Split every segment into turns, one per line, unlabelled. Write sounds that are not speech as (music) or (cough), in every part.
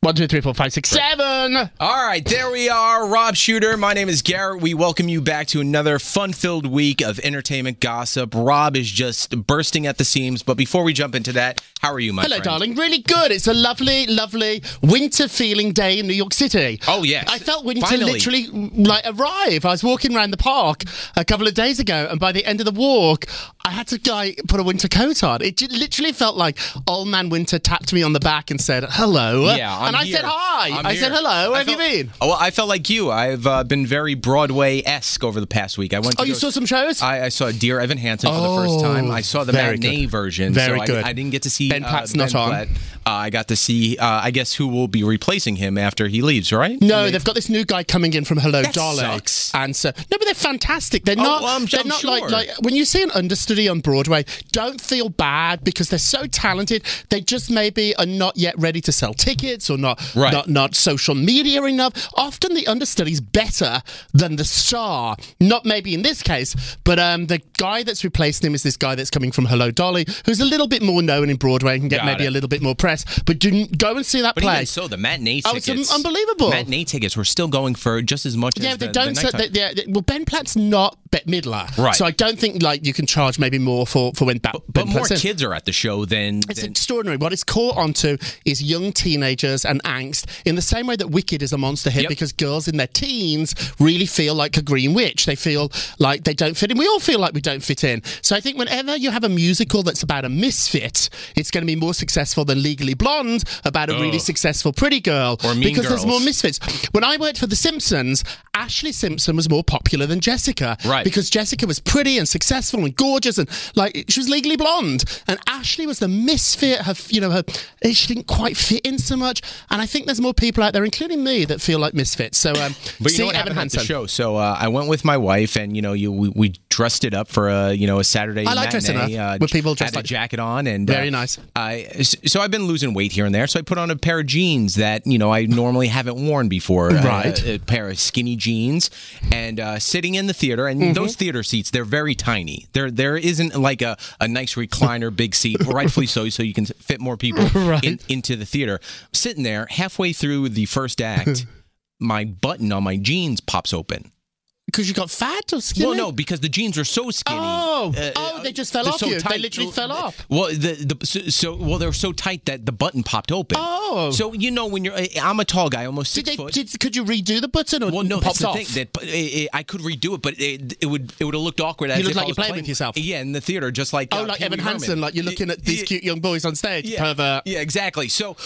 One, two, three, four, five, six, seven.
All right, there we are. Rob Shooter. My name is Garrett. We welcome you back to another fun filled week of entertainment gossip. Rob is just bursting at the seams. But before we jump into that, how are you, my
Hello,
friend?
darling. Really good. It's a lovely, lovely winter feeling day in New York City.
Oh, yes.
I felt winter
Finally.
literally mm, like arrive. I was walking around the park a couple of days ago, and by the end of the walk, I had to like put a winter coat on. It ju- literally felt like old man winter tapped me on the back and said hello.
Yeah, I'm
and I
here.
said hi.
I'm
I said
here.
hello. Where
I
have
felt-
you been?
Oh, well, I felt like you. I've uh, been very Broadway esque over the past week. I went. To
Oh, you
go-
saw some shows?
I, I saw Dear Evan Hansen for the
Oh,
first time. I saw the
very
matinee
good.
version.
Very
so I-
good.
I, didn't get to see
Ben
uh,
Platt's not
Ben
on.
Platt. Uh, I got to see. Uh, I guess who will be replacing him after he leaves, right?
No, they've got this new guy coming in from Hello
That
Dolly.
sucks.
And so no, but they're fantastic. They're
Oh,
not.
well, I'm-
they're
I'm
not
sure.
like like when you see an understudy on Broadway. Don't feel bad because they're so talented. They just maybe are not yet ready to sell tickets or not
Right.
not not social media enough. Often the understudy's better than the star. Not maybe in this case, but um, the guy that's replaced him is this guy that's coming from Hello Dolly, who's a little bit more known in Broadway and can get
Got
maybe
it.
a little bit more press. But do n- go and see that
But
play.
even so, the matinee
Oh, it's
tickets.
un- unbelievable.
Matinee tickets were still going for just as much
Yeah,
as
they
the, the
don't.
nighttime.
they, yeah, they- well, Ben Platt's not Bette Midler,
Right.
So I don't think like you can charge maybe more for for when ba-
but
Ben
more
Platt's in.
kids are at the show than.
It's
than-
extraordinary. What it's caught onto is young teenagers and angst in the same way that Wicked is a monster hit
Yep.
because girls in their teens really feel like a green witch. They feel like they don't fit in. We all feel like we don't fit in. So I think whenever you have a musical that's about a misfit, it's going to be more successful than Legally Blonde about a really
Ugh.
successful pretty girl
Or Mean
because there's more
Girls.
misfits. When I worked for The Simpsons, Ashley Simpson was more popular than Jessica
Right.
because Jessica was pretty and successful and gorgeous and like she was legally blonde, and Ashley was the misfit. Her, you know, her eh, she didn't quite fit in so much. And I think there's more people out there, including me, that feel like misfits. So, um,
(laughs) But you
see
know what
Evan
happened at the
Hansen.
show. So uh, I went with my wife, and you know, you we, we dressed it up for a you know a Saturday.
I like dressing
matinee,
up
uh,
with people
had
dressed
a
like-
jacket on and uh,
Very nice.
I so I've been losing weight here and there. So I put on a pair of jeans that you know I normally haven't worn before. uh,
Right.
a pair of skinny jeans, and uh, sitting in the theater, and
Mm-hmm.
those theater seats they're very tiny. There there isn't like a, a nice recliner,
(laughs)
big seat, rightfully so, so you can fit more people in, into the theater. Sitting there, halfway through the
(laughs)
first act. my button on my jeans pops open.
because you got fat or skinny.
Well, no, because the jeans are so skinny. Uh,
Oh, oh, they just fell
they're
off you. They literally fell off.
Well, the, the so, so well they were so tight that the button popped open.
Oh.
so you know when you're I'm a tall guy, almost
Did
six
they?
foot.
Did, could you redo the button or
well, no,
it
that's
popped
the
off?
thing. That, but it, it, I could redo it, but it, it would it would have looked awkward. as
look
if
like
I
you're
was
playing with yourself.
Yeah, in the theater, just like
Oh,
uh,
like
Pee
Evan
Wee Herman.
Hansen, like you're looking at these
Yeah.
cute young boys on stage.
Yeah.
Pervert.
Yeah, exactly. So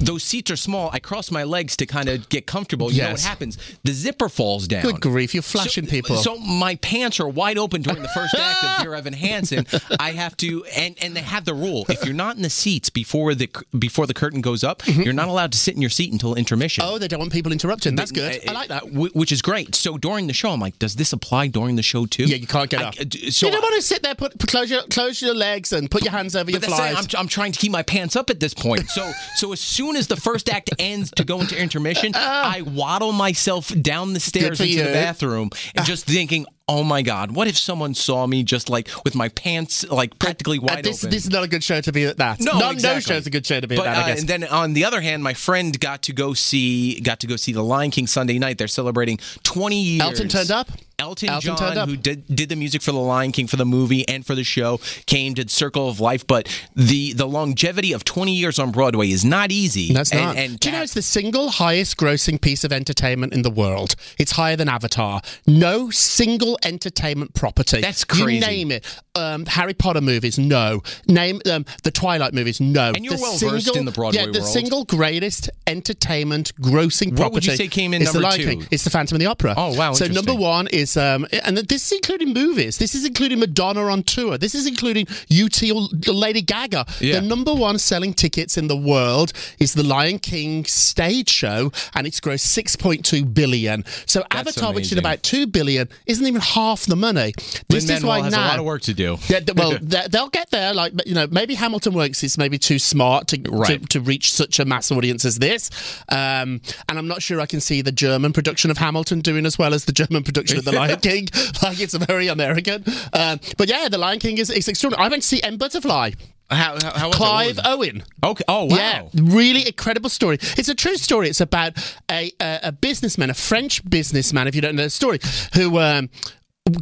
those seats are small. I cross my legs to kind of get comfortable. You know what
Yes.
happens? The zipper falls down.
Good grief, you're flashing
so,
people.
So my pants are wide open during the first
(laughs)
act of Dear Evan Hansen. I have to, and and they have the rule: if you're not in the seats before the before the curtain goes up, you're not allowed to sit in your seat until intermission.
Mm-hmm. Oh, they don't want people interrupting. That's good.
Uh,
I like that.
wh- which is great. So during the show, I'm like, does this apply during the show too?
Yeah, you can't get
I-
up.
uh, d- So
you don't want to sit there, put, put- close your close your legs, and put your hands over your
But that's it.
flies.
I'm, I'm trying to keep my pants up at this point. So so as soon as the first act ends to go
(laughs)
into intermission, I waddle myself down the stairs
Oh. for
into the
you. Ah.
bathroom and just thinking, oh my god, what if someone saw me just like with my pants like practically
Uh,
wide
this,
open?
this is not a good show to be at that.
no,
no, no
exactly.
show's a good show to be
but,
at that.
uh,
I guess.
and then on the other hand, my friend got to go see got to go see The Lion King Sunday night. They're celebrating 20 years.
Elton turned up.
Elton,
Elton
John,
turned up.
who did did the music for The Lion King for the movie and for the show, came to Circle of Life. But the the longevity of 20 years on Broadway is not easy.
That's
And-
not.
And,
Do you know it's the single highest grossing piece of entertainment in the world? It's higher than Avatar. No single entertainment property.
That's
You
crazy.
name it. Um, Harry Potter movies, no. Name um, the Twilight movies, no.
And you're
the
well-versed
single-
in the Broadway
Yeah, the
world.
single greatest entertainment grossing property.
What would you say came in
is the
number
Lion
two?
King. It's the Phantom of the Opera.
Oh, wow,
So
interesting.
number one is um, and this is including movies. This is including Madonna on tour. This is including UT or Lady Gaga.
Yeah.
The number one selling tickets in the world is the Lion King stage show, and it's grossed 6.2 billion. So Avatar, which
amazing.
did about 2 billion, isn't even half the money. This is
Lin-Manuel
why
has
now.
a lot of work to do.
Yeah, th- well, they- they'll get there. Like you know, maybe Hamilton Works is maybe too smart to to,
Right.
to reach such a mass audience as this. Um, and I'm not sure I can see the German production of Hamilton doing as well as the German production of The Lion King. Like it's very American. Um, but yeah, The Lion King is it's extraordinary. I went to see M Butterfly.
How, how, how was it? What
Clive
was it?
Owen.
Okay. Oh wow.
Yeah, really incredible story. It's a true story. It's about a, a, a businessman, a French businessman, if you don't know the story, who um,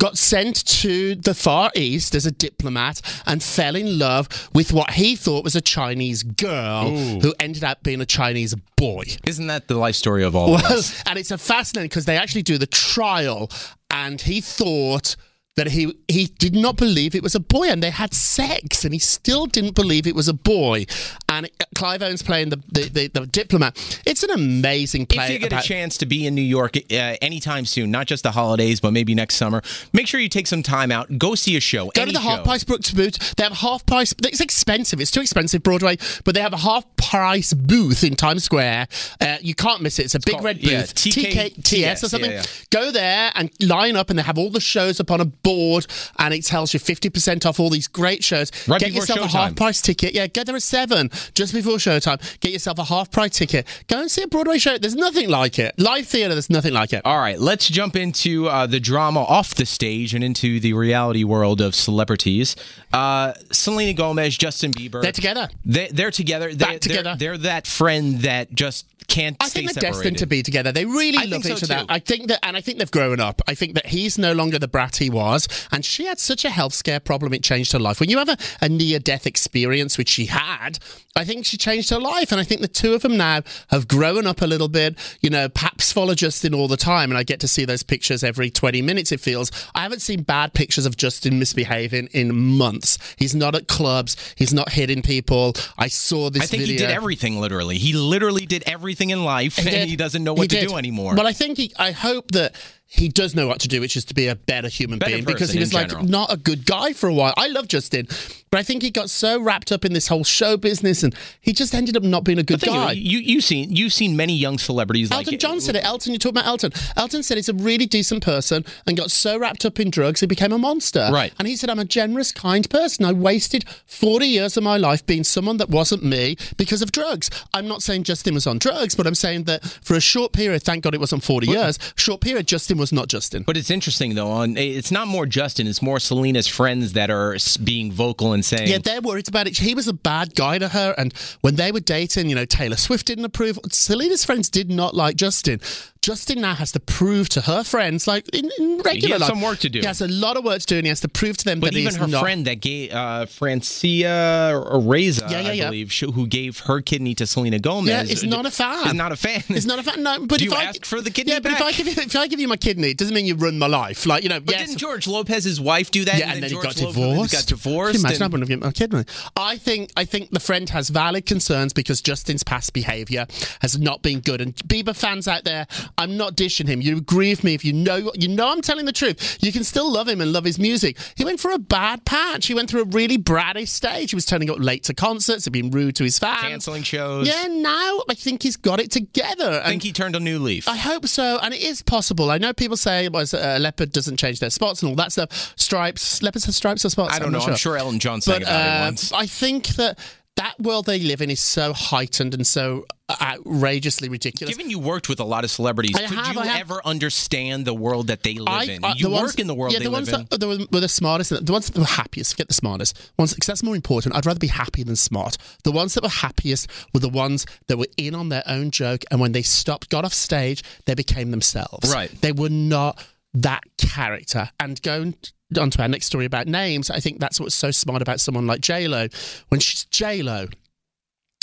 got sent to the Far East as a diplomat and fell in love with what he thought was a Chinese girl who ended up being a Chinese boy.
Isn't that the life story of all? of us?
(laughs) and it's a fascinating because they actually do the trial, and he thought that he he did not believe it was a boy, and they had sex, and he still didn't believe it was a boy. And Clive Owen's playing the the, the, the diplomat. It's an amazing play.
If you get a
about-
chance to be in New York uh, anytime soon, not just the holidays, but maybe next summer, make sure you take some time out. Go see a show.
Go
any
to the half
show.
price Brooks booth. They have half price. It's expensive. It's too expensive Broadway, but they have a half price booth in Times Square. Uh, you can't miss it. It's a big
called-
red booth.
yeah, TK
TKTS or
yeah,
something.
yeah.
Go there and line up, and they have all the shows up on a board, and it tells you fifty percent off all these great shows.
Right
Get
before
yourself a
showtime.
half price ticket. Yeah, go there at seven just before showtime. Get yourself a half price ticket. Go and see a Broadway show. There's nothing like it. Live theatre. There's nothing like it.
All right, let's jump into uh, the drama off the stage and into the reality world of celebrities. Uh, Selena Gomez, Justin Bieber.
They're together.
They, they're together. They,
Back together.
They're, they're that friend that just can't
I
stay
think they're
separated.
destined to be together. They really
I
love
think so
each other.
too.
I think that, and I think they've grown up. I think that he's no longer the brat he was, and she had such a health scare problem it changed her life. When you have a, a near death experience, which she had, I think she changed her life, and I think the two of them now have grown up a little bit. You know, Paps follow Justin all the time, and I get to see those pictures every twenty minutes. It feels I haven't seen bad pictures of Justin misbehaving in months. He's not at clubs. He's not hitting people. I saw this.
I think
video.
he did everything literally. He literally did everything in life, and
did.
he doesn't know
He
what to
did.
do anymore.
Well, I think he, I hope that he does know what to do, which is to be a better human
Better
being because
person
he was
in
like
general.
not a good guy for a while. I love Justin, but I think he got so wrapped up in this whole show business and he just ended up not being a good
Think of
guy.
it, you you seen you've seen many young celebrities
Elton
like
John said it. Elton, you talk about Elton. Elton said he's a really decent person and got so wrapped up in drugs he became a monster.
Right.
And he said, I'm a generous, kind person. I wasted 40 years of my life being someone that wasn't me because of drugs. I'm not saying Justin was on drugs, but I'm saying that for a short period, thank God it wasn't 40 years, short period, Justin was not Justin.
But it's interesting though. On it's not more Justin; it's more Selena's friends that are s- being vocal and saying,
Yeah, they're worried about it. He was a bad guy to her, and when they were dating, you know, Taylor Swift didn't approve. Selena's friends did not like Justin. Justin now has to prove to her friends, like in, in regular
has
life-
some work to do.
He has a lot of work to do, and he has to prove to them
But
that
even
he's
her
not.
friend that gave uh, Francia Reza,
Yeah, yeah,
I
yeah.
believe, sh- who gave her kidney to Selena Gomez.
Yeah, it's not a fan.
Is not a fan.
It's not a fan. No, but
Do
if
you
I
ask for the kidney
yeah, but if
back?
I give you, if I give you my kidney, it doesn't mean you ruin my life. Like you know,
But
yes,
didn't George Lopez's wife do that?
Yeah, and, then, he
George
got
Lopez
divorced.
Got
Can
divorced.
you imagine I
and-
wouldn't have given my kid money. I think I think the friend has valid concerns because Justin's past behaviour has not been good. And Bieber fans out there, I'm not dishing him. You agree with me if you know you know I'm telling the truth. You can still love him and love his music. He went through a bad patch. He went through a really bratty stage. He was turning up late to concerts. He'd been rude to his fans.
Canceling shows.
Yeah, now I think he's got it together.
I
And
think he turned a new leaf.
I hope so, and it is possible. I know people say well, a leopard doesn't change their spots and all that stuff. Stripes, leopards have stripes or spots.
I don't
I'm
know.
not
I'm sure Elton John sang
but
about it
uh,
once.
I think that that world they live in is so heightened and so uh, outrageously ridiculous.
Given you worked with a lot of celebrities,
I
could
have,
you
I have.
ever understand the world that they live in?
uh,
you work in the world
yeah,
they
the
live
ones
in.
that the, were the smartest, the ones that were happiest. Forget the smartest ones, because that's more important. I'd rather be happy than smart. The ones that were happiest were the ones that were in on their own joke, and when they stopped, got off stage, they became themselves.
Right.
They were not that character. And going on to our next story about names, I think that's what's so smart about someone like J Lo. When she's J Lo,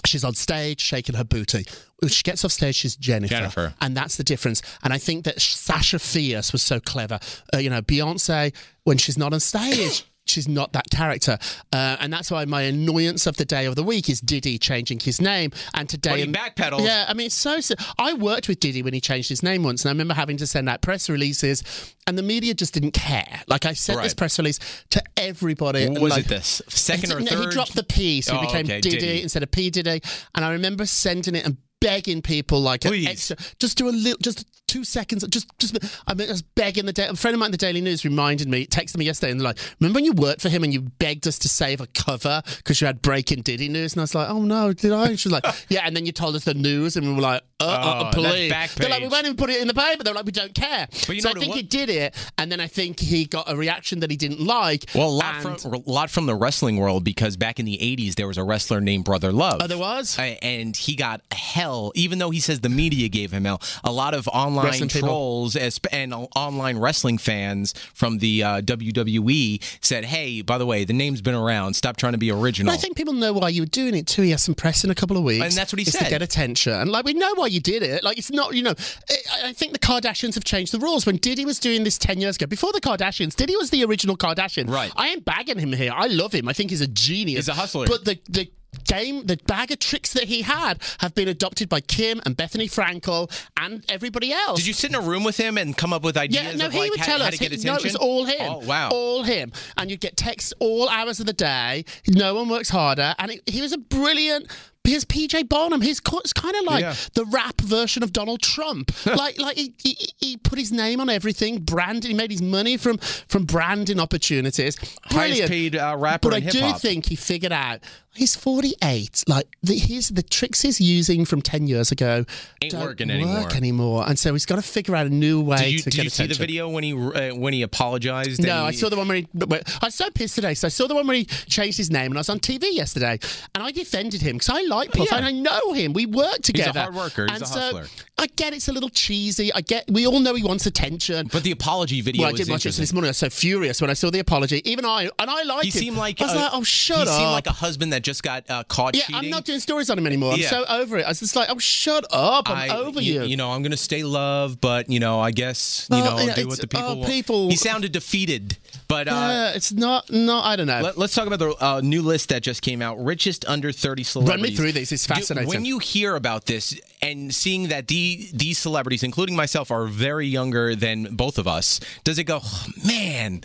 She's on stage shaking her booty. When she gets off stage, she's Jennifer.
Jennifer.
And that's the difference. And I think that Sasha Fierce was so clever. Uh, you know, Beyonce, when she's not on
(coughs)
stage, she's not that character. Uh, and that's why my annoyance of the day of the week is Diddy changing his name. And
But
today.
he backpedals.
Yeah, I mean, it's so. si- I worked with Diddy when he changed his name once, and I remember having to send out press releases, and the media just didn't care. Like, I sent this
Right.
press release to everybody. and,
was
like-
it this second or
no,
third?
He dropped the P, so
Oh,
he became
okay,
Diddy,
Diddy.
instead of P Diddy. And I remember sending it and begging people like an
Please.
extra, just do a little, just two seconds. Just, just, I mean, I was begging the day. A friend of mine, in the Daily News, reminded me, texted me yesterday, and they're like, "Remember when you worked for him and you begged us to save a cover because you had breaking Diddy news?" And I was like, "Oh no, did I?" And she was
(laughs)
like, "Yeah." And then you told us the news, and we were like, "Uh, uh,
Oh,
uh
that's
please."
back
They're like, "We
page.
won't even put it in the paper." They're like, "We don't care."
But you
so I
know what it
think
wa-
he did it, and then I think he got a reaction that he didn't like.
Well, a lot,
and-
from, a lot from the wrestling world because back in the 80s, there was a wrestler named Brother Love.
Oh, there was?
A- And he got hell, even though he says the media gave him hell. A lot of online
Wrestling people.
trolls as- and o- online wrestling fans from the uh, WWE said, hey, by the way, the name's been around. Stop trying to be original.
But I think people know why you were doing it too. He has some press in a couple of weeks,
And that's what he
it's
said.
to get attention. And like we know why you did it. Like it's not, you know. I, I think the Kardashians have changed the rules. When Diddy was doing this ten years ago, before the Kardashians, Diddy was the original Kardashian.
Right.
I ain't bagging him here. I love him. I think he's a genius.
He's a hustler.
But the the. Game, the bag of tricks that he had have been adopted by Kim and Bethany Frankel and everybody else.
Did you sit in a room with him and come up with ideas
Yeah, no,
of
he
like
would
how,
tell
how
us.
to get
He- no,
attention?
it was all him.
Oh, wow.
All him. And you'd get texts all hours of the day. No one works harder. And it, he was a brilliant. His PJ Barnum, his co- it's kind of like
Yeah.
the rap version of Donald
(laughs)
Trump. like, like he, he, he put his name on everything. Branding, he made his money from from branding opportunities. Brilliant.
paid, uh, rapper
But
in
I do
hip-hop.
think he figured out he's 48. Like the, his the tricks he's using from 10 years ago
Ain't
don't
working
work
anymore.
anymore. And so he's got to figure out a new way
Did you,
to
did
get
you see the
attention.
video when he uh, when he apologized? and
No, I
he-
saw the one where he. wait, I was so pissed today. So I saw the one where he changed his name, and I was on TV yesterday, and I defended him because I like Puff
Yeah.
and I know him. We work
a
together.
hard worker. He's
and
a
so
hustler.
I get it's a little cheesy. I get we all know he wants attention.
But the apology video
Well, I
is
didn't watch it
interesting.
this morning. I was so furious when I saw the apology. Even I, and I like
He
him.
seemed like
I was
a,
like, oh, shut
he
up.
seemed like a husband that just got uh, caught
yeah,
cheating.
I'm not doing stories on him anymore. I'm
Yeah.
so over it. I was just like, oh, shut up. I'm
I-
over
y-
you.
You know, I'm gonna stay love, but you know, I guess you
Well,
know,
you know,
do what
it's-
the people
oh,
want.
people-
He sounded defeated, but uh,
Uh, it's not, not. I don't know.
let, us talk about the uh, new list that just came out: richest under thirty
Run
celebrities.
me through these. It's
Do-
fascinating.
when you hear about this and seeing that the these celebrities, including myself, are very younger than both of us, does it go, "Oh, man?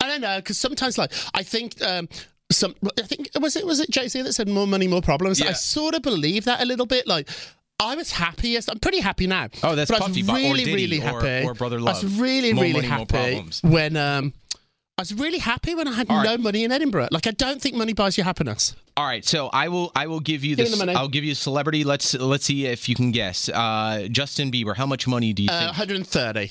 I don't know because sometimes, like, I think um, some. I think was it was it Jay Z that said more money, more problems.
Yeah.
I sort of believe that a little bit. Like, I was happiest. I'm pretty happy now.
Oh, that's
but
Puffy
I
Bo- or
was really,
Diddy
really
or-
happy.
or Brother
I
Love.
was really,
More
really
money, more
happy
problems.
when um, I was really happy when I had
right.
no money in Edinburgh. Like, I don't think money buys you happiness.
All right, so I will I will give you
Give
this.
me the money.
I'll give you a celebrity. Let's let's see if you can guess. Uh, Justin Bieber. How much money do you
Uh,
think?
130.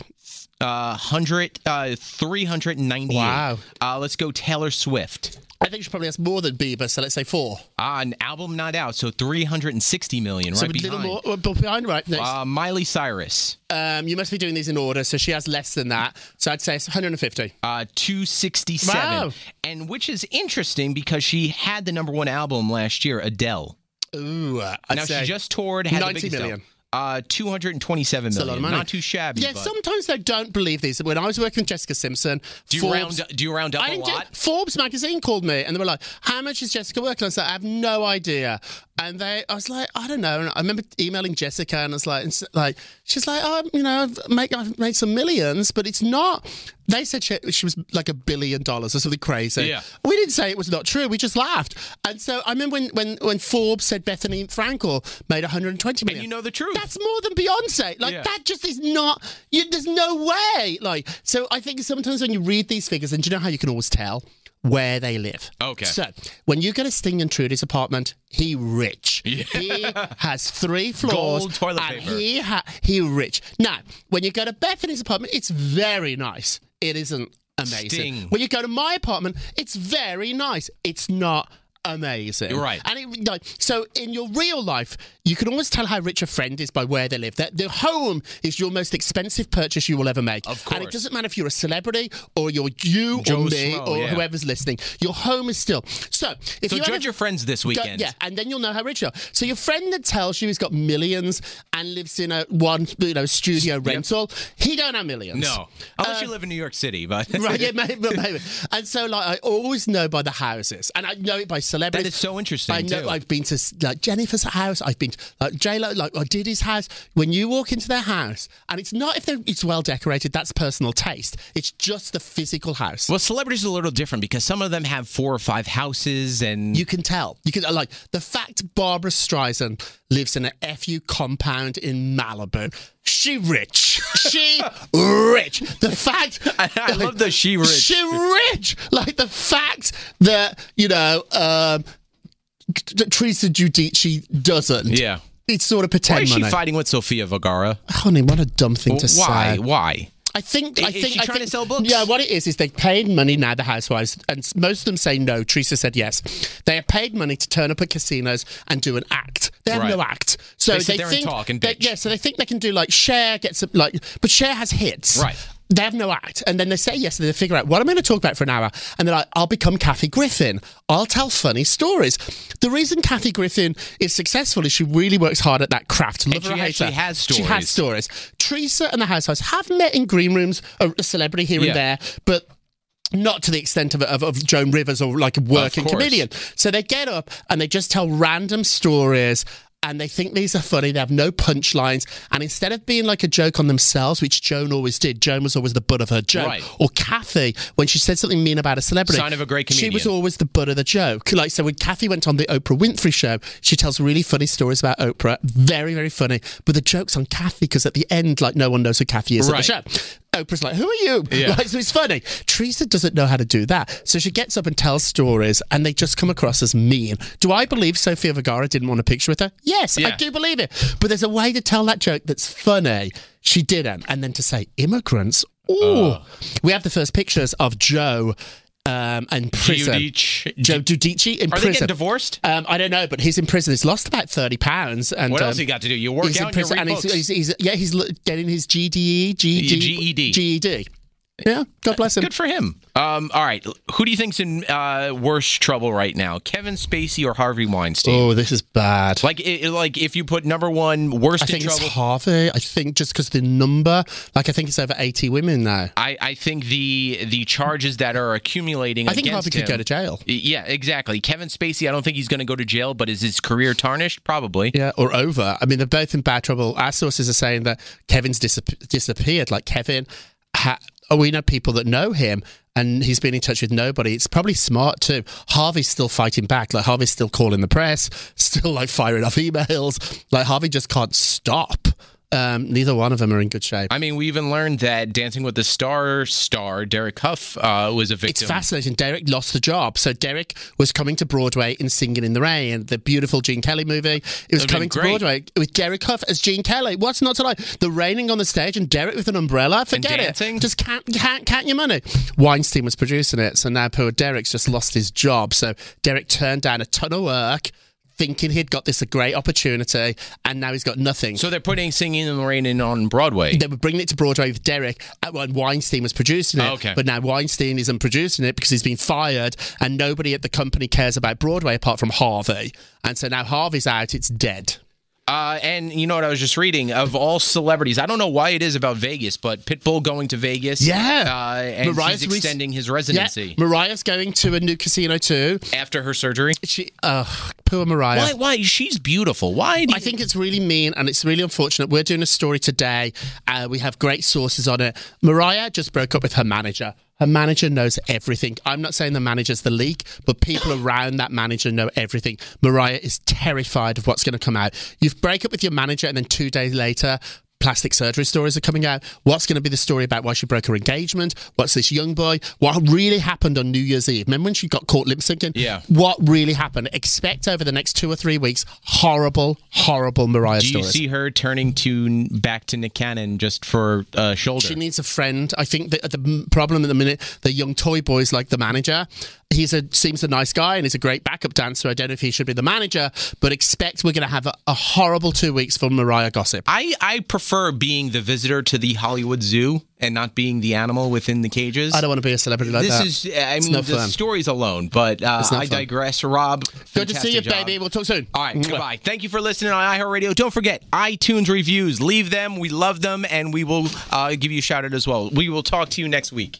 Uh, hundred. Uh, three hundred ninety.
Wow.
Uh, let's go Taylor Swift.
I think she probably has more than Bieber, so let's say four.
Uh, an album not out, so three hundred and sixty million.
So
right
a little
behind.
more, well, behind, right? Next.
Uh, Miley Cyrus.
um, you must be doing these in order, so she has less than that. So I'd say it's 150.
Uh, two sixty seven.
Wow.
And which is interesting because she had the number one album last year. Adele.
Ooh, I'd
Now
say
she just toured. Had
90
the biggest
million.
album. Uh, two hundred and twenty seven
It's a lot
million.
of money.
Not too shabby.
Yeah,
but-
sometimes I don't believe these. When I was working with Jessica Simpson,
do you
Forbes,
round do you round up
I
a
didn't do-
lot?
Forbes magazine called me and they were like, "How much is Jessica working?" I said, "I have no idea." And they, I was like, "I don't know." And I remember emailing Jessica and I was like, and s- "Like, she's like, oh, you know, I've made I've made some millions, but it's not." They said she, she was like a billion dollars or something crazy.
Yeah.
We didn't say it was not true. We just laughed. And so I remember when when when Forbes said Bethany Frankel made 120 million.
And you know the truth.
That's more than Beyonce. Like
Yeah.
that just is not. You, there's no way. Like so, I think sometimes when you read these figures, and do you know how you can always tell where they live.
Okay.
So when you go to Sting and Trudy's apartment, he
(laughs)
rich. He has three floors.
Gold toilet
and
paper.
He ha- he rich. Now when you go to Bethany's apartment, it's very nice. It isn't amazing.
Sting.
When you go to my apartment, it's very nice. It's not. Amazing.
You're right.
And it, like, so in your real life, you can always tell how rich a friend is by where they live. Their, their home is your most expensive purchase you will ever make.
Of
And it
course.
doesn't matter if you're a celebrity or you're you
Joe
or me
Schmo,
or
yeah.
whoever's listening. Your home is still. So if
So
you
judge
ever-
your friends this
Go-
weekend.
Yeah, and then you'll know how rich you are. So your friend that tells you he's got millions and lives in a one you know studio rental, he don't have millions.
No, unless you live in New York City, (laughs) but
Right, yeah, maybe, maybe. And so, like, I always know by the houses, and I know it by celebrities.
that is so interesting.
I know
too.
I've been to like Jennifer's house. I've been to like J Lo, like I did his house. When you walk into their house, and it's not if they're- it's well decorated. That's personal taste. It's just the physical house.
well, celebrities are a little different because some of them have four or five houses, and
You can tell. You can like the fact Barbara Streisand lives in a FU compound in Malibu. She rich.
(laughs)
She rich. The fact
(laughs) I love the she rich.
She rich. Like the fact that you know um, t- t- Teresa Giudice doesn't.
Yeah.
It's sort of
Why
pretend
is she
money.
fighting with Sofia Vergara?
Honey, what a dumb thing to
Why?
say.
Why?
I think. I
is
think.
she
I
trying to
think-
sell books?
Yeah, what it is is they paid money now the housewives, and s- most of them say no. Teresa said yes. They are paid money to turn up at casinos and do an act. They have
Right.
no act, so
They
they,
sit there and
think.
talk and
they-
bitch.
yeah, so they think they can do like share gets a- like, but share has hits.
Right.
They have no act, and then they say yes, and they figure out what I'm going to talk about for an hour, and they're like, "I'll become Kathy Griffin. I'll tell funny stories." The reason Kathy Griffin is successful is she really works hard at that craft. Love
she
her or hate
actually
her.
has
She
stories.
has stories. Teresa and the Housewives have met in green rooms, a a celebrity here
Yeah.
and there, but not to the extent of, of, of Joan Rivers or like a working
course.
comedian. So they get up and they just tell random stories. And they think these are funny. They have no punchlines. And instead of being like a joke on themselves, which Joan always did, Joan was always the butt of her joke.
Right.
Or Kathy, when she said something mean about a celebrity,
Sign of a great
She was
comedian.
always the butt of the joke. Like so, when Kathy went on the Oprah Winfrey show, she tells really funny stories about Oprah, very very funny. But the jokes on Kathy because at the end, like no one knows who Kathy is
Right.
at the show. Oprah's like, "Who are you?"
Yeah.
(laughs) Like, so it's funny. Teresa doesn't know how to do that, so she gets up and tells stories, and they just come across as mean. Do I believe Sofia Vergara didn't want a picture with her? Yes,
Yeah.
I do believe it. But there's a way to tell that joke that's funny. She didn't, and then to say immigrants. Ooh,
Oh.
we have the first pictures of Joe um, and prison.
Giudice-
Joe Giudice in
Are
prison.
they getting divorced?
Um, I don't know, but he's in prison. He's lost about thirty pounds. And
What
um,
else you got to do? You work
he's in
out and you
prison,
read
and he's,
books.
he's, he's yeah, he's l- getting his E, GDE, GED,
GED.
GED. E Yeah, God bless him.
E Good for him. Um, all right. Who do you think's in uh, worse trouble right now? Kevin Spacey or Harvey Weinstein?
Oh, this is bad.
Like, i i- like if you put number one worst
I think
in
it's
trouble,
Harvey. I think just because the number, like I think it's over eighty women now.
I, I think the the charges that are accumulating.
I think
against
Harvey
him-
could go to jail.
Yeah, exactly. Kevin Spacey. I don't think he's going to go to jail, but is his career tarnished? Probably.
Yeah, or over. I mean, they're both in bad trouble. Our sources are saying that Kevin's disap- disappeared. Like Kevin, ha- oh, we know people that know him, and he's been in touch with nobody. It's probably smart too. Harvey's still fighting back. Like Harvey's still calling the press, (laughs) still like firing off emails. Like Harvey just can't stop. Um, neither one of them are in good shape.
I mean, we even learned that Dancing with the Star star Derek Huff uh, was a
It's
victim.
fascinating. Derek lost the job. So Derek was coming to Broadway in Singing in the Rain, the beautiful Gene Kelly movie. It was
been
coming to
great.
Broadway with Derek Huff as Gene Kelly. What's not to like? The raining on the stage and Derek with an umbrella. Forget
dancing?
it. Just count, count, count your money. Weinstein was producing it, so now poor Derek's just lost his job. So Derek turned down a ton of work. Thinking he'd got this a great opportunity, and now he's got nothing.
so they're putting Singing in the Rain in on Broadway.
They were bringing it to Broadway with Derek, and when Weinstein was producing it.
Okay.
But now Weinstein isn't producing it because he's been fired, and nobody at the company cares about Broadway apart from Harvey. And so now Harvey's out; it's dead.
Uh, and you know what I was just reading of all celebrities. I don't know why it is about Vegas, but Pitbull going to Vegas.
Yeah.
uh, and
Mariah's
he's
rec-
extending his
Yeah,
residency
Mariah's going to a new casino too.
after her surgery.
She, uh, poor Mariah.
Why? Why? She's beautiful. Why? Do you,
I think it's really mean and it's really unfortunate. We're doing a story today. Uh, we have great sources on it. Mariah just broke up with her manager. Her manager knows everything. I'm not saying the manager's the leak, but people around that manager know everything. Mariah is terrified of what's going to come out. You break up with your manager, and then two days later, plastic surgery stories are coming out. What's going to be the story about why she broke her engagement? What's this young boy? What really happened on New Year's Eve? Remember when she got caught lip syncing?
Yeah.
What really happened? Expect over the next two or three weeks horrible, horrible Mariah
do you
stories.
see her turning to back to Nick Cannon just for uh, shoulder?
she needs a friend. I think that the m- problem at the minute, the young toy boys like the manager. He's a seems a nice guy and he's a great backup dancer. I don't know if he should be the manager, but expect we're going to have a, a horrible two weeks for Mariah gossip.
I, I prefer being the visitor to the Hollywood Zoo and not being the animal within the cages.
I don't want to be a celebrity like
this
that.
is I mean
no
the
fun.
stories alone, but uh,
not
I
fun.
digress. Rob,
Good to see you,
fantastic job.
baby. We'll talk soon.
All right,
Mwah.
goodbye. Thank you for listening on iHeartRadio. Don't forget iTunes reviews. Leave them. We love them, and we will uh, give you a shout out as well. We will talk to you next week.